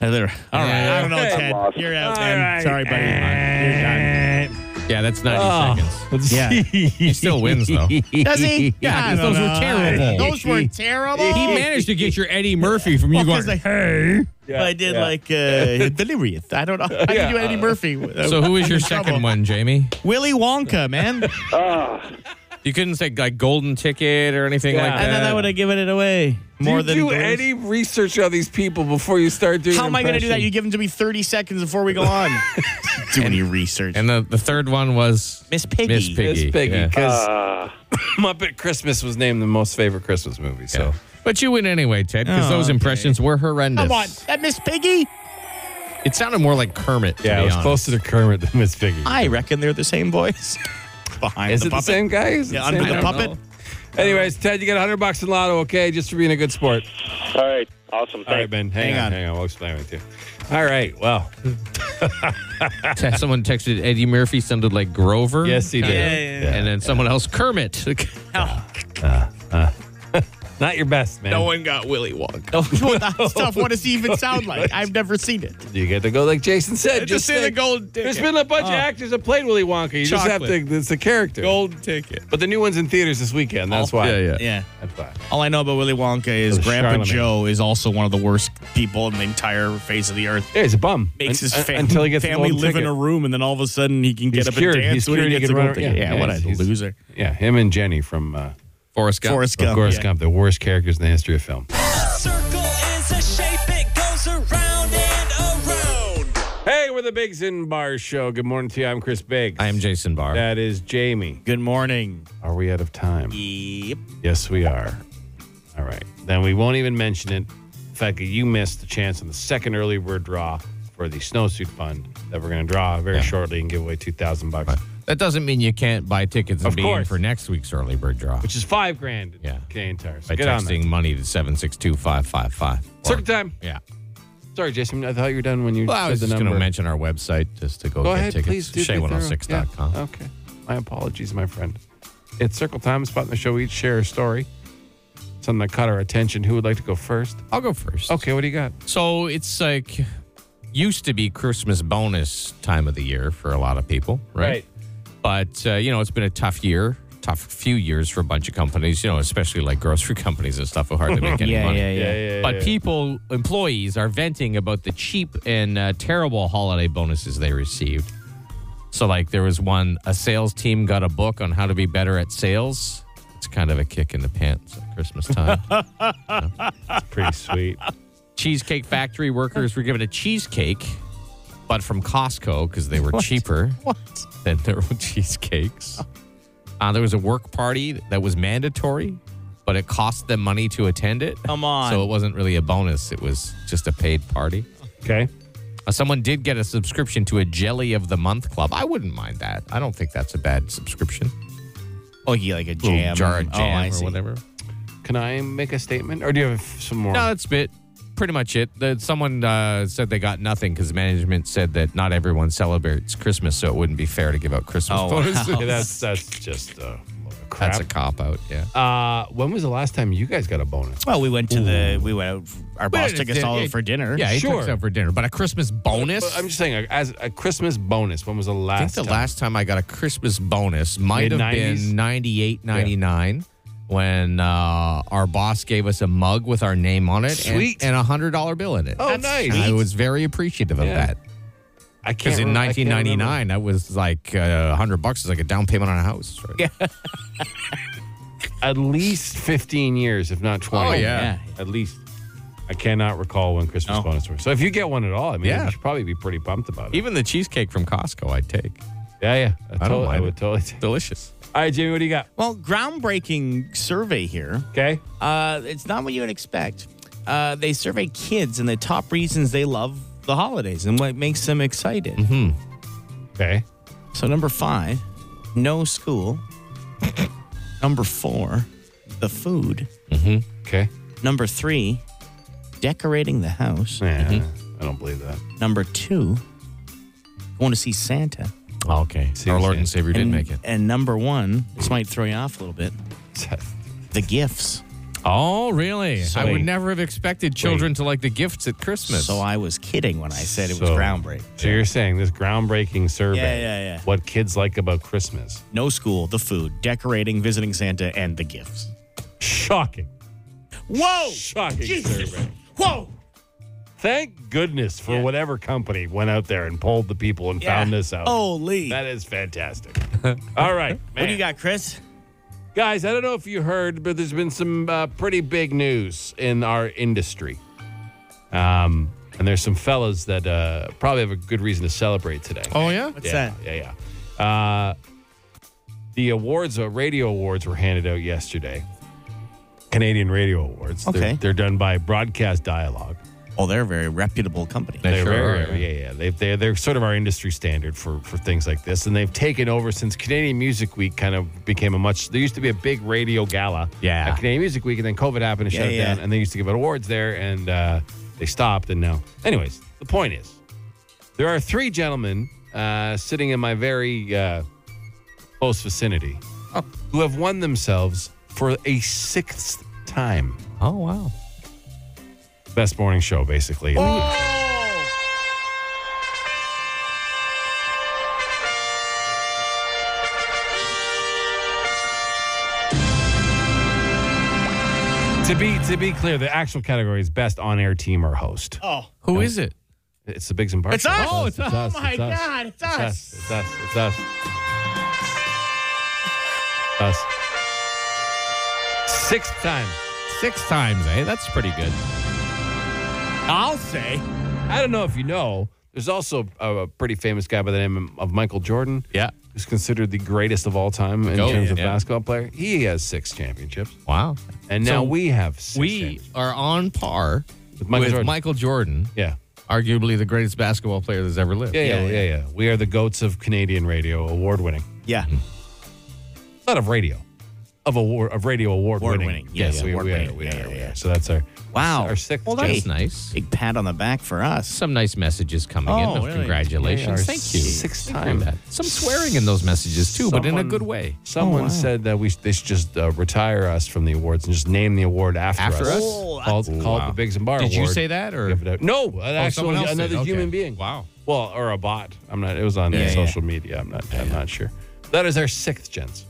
there. All right. I don't know, Ted. You're out, man. Sorry, buddy.
Yeah, that's 90 seconds.
Yeah.
he still wins though.
Does he?
Yeah,
I don't
those were
know.
terrible.
Those were terrible.
He managed to get your Eddie Murphy from you going.
Because like, hey,
Yeah,
I did
yeah.
like uh, delirious. I don't know. I
Yeah.
can do Eddie Murphy.
so who is
I'm
your
in
second
trouble.
one, Jamie?
Willy Wonka, man. and
Ah,
You couldn't say like golden ticket or anything
Yeah.
like that.
And
then I would have given it away
Do
more
you
than
do
Bruce.
any research on these people before you start doing?
How am I going to do that?
impressions?
You give them to me 30 seconds before we go on. do any research?
and the, the third one was
Miss Piggy.
Miss Piggy.
Miss Piggy,
yeah.
because
ah.
Muppet Christmas was named the most favorite Christmas movie. So
But you win anyway, Ted, because
Oh,
those
okay.
impressions were horrendous.
Come on, that Miss Piggy.
It sounded more like Kermit. To
yeah,
be
it was
honest.
closer to Kermit than Miss Piggy.
I reckon they're the same voice. Behind
Is
the
it the
puppet.
same guy? Is it
Yeah,
the same
under the
guy?
I don't
puppet.
Anyways, Ted, you get 100 bucks in lotto, okay? Just for being a good sport.
All right. Awesome.
All right,
Thanks.
Ben. Hang,
Hang
on,
on.
Hang on. We'll explain it to you. All right. Well,
Te- Someone texted Eddie Murphy sounded like Grover.
yes, he did.
kinda. And then someone else, Kermit.
Not your best, man.
one got Willy Wonka.
Oh, That's tough. What does he even sound like? I've never seen it.
You get to go like Jason said.
Just say the golden
There's
ticket.
been a
Oh.
bunch of actors that played Willy Wonka. You just have
Chocolate.
to. It's the character.
Golden ticket.
But the new one's in theaters this weekend. That's why.
Yeah, yeah.
Yeah.
That's why.
All I know about Willy Wonka is
was
Grandpa
Charlemagne.
Joe is also one of the worst people in the entire face of the earth.
Yeah, he's a bum.
Makes his
Un- un-
fam-
until he gets the
family
golden
live in
ticket.
a room, and then all of a sudden he can get
He's
up
cured.
and dance
He's
when
cured.
he
He
gets
gets
a
a
golden
run-
ticket.
yeah,
Yeah, what a
he's- he's-
loser.
Yeah, him and Jenny from uh,
Forrest Gump.
Forrest Gump.
Forrest
yeah.
Gump, the worst characters in the history of film.
Circle is a shape, it goes around and around.
Hey, we're the Biggs and Bar Show. Good morning to you. I'm Chris Biggs.
I am Jason Barr.
That is Jamie.
Good morning.
Are we out of time?
Yep.
Yes, we are. All right. Then we won't even mention it. The fact that you missed the chance on the second early bird draw for the snowsuit fund that we're going to draw very shortly and give away 2000 bucks,
That doesn't mean you can't buy tickets and
Of
be in
course.
for next week's early bird draw.
which is 5 grand. in
Yeah.
Canadian Tire. So
by
get on
texting
that.
money to 762-555.
Circuit time.
Yeah.
Sorry, Jason. I thought you were done when you
Well, I
said
was
the
just going
number.
to mention our website just to go,
Go
get
ahead,
tickets.
please. do be thorough.
Shay106.com.
Yeah, Okay. My apologies, my friend. It's circle time. Spot in the show. We each share a story. Something that caught our attention. Who would like to go first?
I'll go first.
Okay, what do you got?
So it's like used to be Christmas bonus time of the year for a lot of people, right? But uh, you know, it's been a tough year, tough few years for a bunch of companies. You know, especially like grocery companies and stuff who hardly make any
Yeah,
money.
yeah, yeah.
But people, employees, are venting about the cheap and uh, terrible holiday bonuses they received. So, like, there was one, a sales team got a book on how to be better at sales. It's kind of a kick in the pants at Christmas time.
Pretty sweet.
Cheesecake Factory workers were given a cheesecake, but from Costco because they were cheaper
What?
than their own cheesecakes. Uh, there was a work party that was mandatory, but it cost them money to attend it.
Come on.
So it wasn't really a bonus, it was just a paid party.
Okay.
Uh, someone did get a subscription to a Jelly of the Month Club. I wouldn't mind that. I don't think that's a bad subscription.
Oh, yeah, like a
Little
jam.
jar of
Oh,
jam
I
or
see.
whatever.
Can I make a statement, or do you have some more?
No, that's bit pretty much it. The, someone uh, said they got nothing because management said that not everyone celebrates Christmas, so it wouldn't be fair to give out Christmas
Oh,
bonuses.
Yeah, that's that's just uh, crap.
That's a cop out. Yeah.
Uh, when was the last time you guys got a bonus?
Well, we went to the we went out. Our boss took us all out for dinner.
Yeah, he took us out for dinner. But a Christmas bonus.
I'm just saying, uh, as a Christmas bonus, when was the last?
I think the
time?
last time I got a Christmas bonus might have
Mid-nineties?
been 98, 99 when uh, our boss gave us a mug with our name on it and-
Sweet.
and a $100 bill in it.
Oh, That's nice.
I
sweet.
was very appreciative of
Yeah.
that.
I
Because in
rem- I can't remember.
1999, that was like uh, 100 bucks is like a down payment on a house. Right? Yeah.
at least 15 years, if not 20.
Oh, yeah.
At least. I cannot recall when Christmas
No.
bonus was. So if you get one at all, I mean,
Yeah.
you should probably be pretty pumped about it.
Even the cheesecake from Costco, I'd take.
Yeah, yeah.
I don't
tot-
mind
I would
it.
totally. take-
Delicious.
All right, Jamie, what do you got?
Well, groundbreaking survey here.
Okay.
Uh, it's not what you would expect. Uh, they surveyed kids and the top reasons they love the holidays and what makes them excited.
Hmm.
Okay.
So number five, no school. number four, the food.
Okay.
Number three, decorating the house.
Yeah,
Mm-hmm.
I don't believe that.
Number two, going to see Santa.
Oh, okay.
See what
our
I'm
Lord
saying?
and Savior did
and,
make it.
And number one, this might throw you off a little bit, the gifts.
Oh, really?
So-
I
Wait.
would never have expected children to like the gifts at Christmas.
So I was kidding when I said it was
So-
groundbreaking.
So you're saying this groundbreaking survey,
Yeah, yeah, yeah.
what kids like about Christmas.
No school, the food, decorating, visiting Santa, and the gifts.
Shocking.
Whoa!
Shocking survey.
Whoa!
Thank goodness for whatever company went out there and polled the people and found this out.
Holy.
That is fantastic. All right.
Oh. What do
man.
you got, Chris?
Guys, I don't know if you heard, but there's been some uh, pretty big news in our industry. Um, and there's some fellas that uh, probably have a good reason to celebrate today.
oh, yeah?
What's
yeah,
that?
yeah, yeah. Uh, the awards, uh, radio awards, were handed out yesterday. Canadian Radio Awards. They're-
Okay.
they're done by Broadcast Dialogue.
Oh, they're a very reputable company.
They
They're
sure
very-
are, yeah.
yeah, yeah. They, they're, they're sort of our industry standard for, for things like this. And they've taken over since Canadian Music Week kind of became a much, there used to be a big radio gala
Yeah.
at Canadian Music Week, and then COVID happened and
Yeah,
shut it
yeah.
down. And they used to give out awards there, and uh, they stopped. And now, anyways, the point is there are three gentlemen uh, sitting in my very uh, close vicinity
Oh.
who have won themselves for a sixth time.
Oh, wow.
Best morning show, basically. To be to be clear, the actual category is best on air team or host.
Oh.
Who is it?
It's the Biggs and Barks.
It's us! Oh, it's us.
Oh my God! It's us. It's us. It's us. It's us. Sixth time.
Six times, eh? That's pretty good.
I'll say.
I don't know if you know. There's also a, a pretty famous guy by the name of Michael Jordan.
Yeah.
Who's considered the greatest of all time in
Go.
terms
Yeah,
of
yeah.
basketball player. He has six championships,
Wow.
and
So
now we have six
We
championships.
are on par with
Michael Jordan.
Michael Jordan,
Yeah.
arguably the greatest basketball player that's ever lived.
Yeah, yeah, yeah, yeah, We are the goats of Canadian radio, award winning.
Yeah.
Not of radio, of award of radio award winning.
Award-winning. Yeah,
Yes,
yeah,
we, we are.
award-winning.
We
Yeah,
are.
yeah,
We
yeah.
are. So that's our
Wow.
Our sixth
Well,
gem.
that's
That's nice.
Big pat on the back for us.
Some nice messages coming in. Of
Oh, really?
Yeah, our
Congratulations. Thank you.
sixth
Thank you
time.
for that. Some swearing in those messages too, but in a
Someone-
good way.
Someone
wow.
said that we sh- they should just uh, retire us from the awards and just name the award after,
After us?
Oh,
Called,
that's-
called
Wow.
the Biggs and Bar
Did you
Award.
say that, or- Oh,
Give it out- No, an actual,
someone else
another
did. Okay.
human being.
Wow.
Well, or a bot. I'm not. It was on
Yeah, yeah.
social media. I'm not. I'm not sure. That is our sixth gents.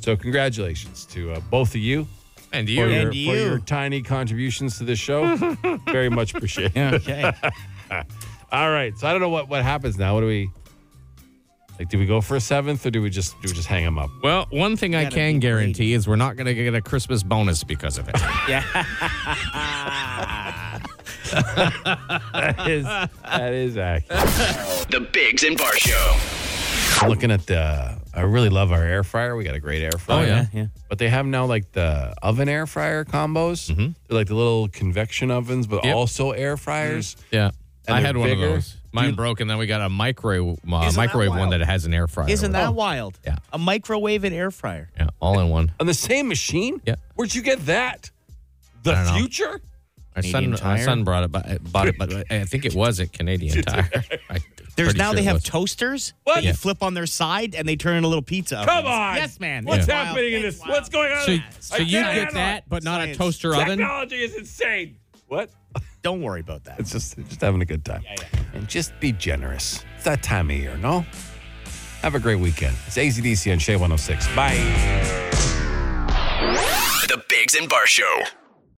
So congratulations to uh, both of you.
And
for, your,
And
for
you.
your tiny contributions to this show. Very much appreciated.
Yeah, okay.
All right. So I don't know what, what happens now. What do we like? Do we go for a seventh or do we just do we just hang them up?
Well, one thing I
Gotta
can
be great.
guarantee is we're not going to get a Christmas bonus because of it.
That is that is accurate.
The Bigs and Bar Show.
Looking at the, I really love our air fryer. We got a great air fryer.
Oh, yeah.
yeah.
But they have now like the oven air fryer combos. They're like the little convection ovens, but
Mm-hmm. Yep. Mm-hmm.
also air fryers.
yeah.
And
I
they're
had one
bigger.
of those. Mine broke, and then we got a microwave uh,
Isn't that
microwave one
wild?
that has an air fryer.
Isn't
with
that
it.
wild?
Yeah.
A microwave and air fryer.
Oh, Yeah, all in one.
On the same machine?
Yeah.
Where'd you get that? The
don't know.
future?
My
Canadian
son, my
Tire?
uh, son brought it, but bought it, but I think it was at Canadian Tire. I
There's
Pretty
now
sure
they
it
have
was.
toasters that you flip on their side and they turn into little pizza.
Come
ovens.
on.
Yes, man.
What's
It's wild.
happening in this? What's going on?
So-
I
so
can't
you get
handle
that,
it.
but not a
Science.
toaster oven?
Technology is insane. What?
Don't worry about that.
It's just just having a good time. And just be generous. It's that time of year, no? Have a great weekend. It's oh AZDC on Shea 106. Bye.
The Biggs and Bar Show.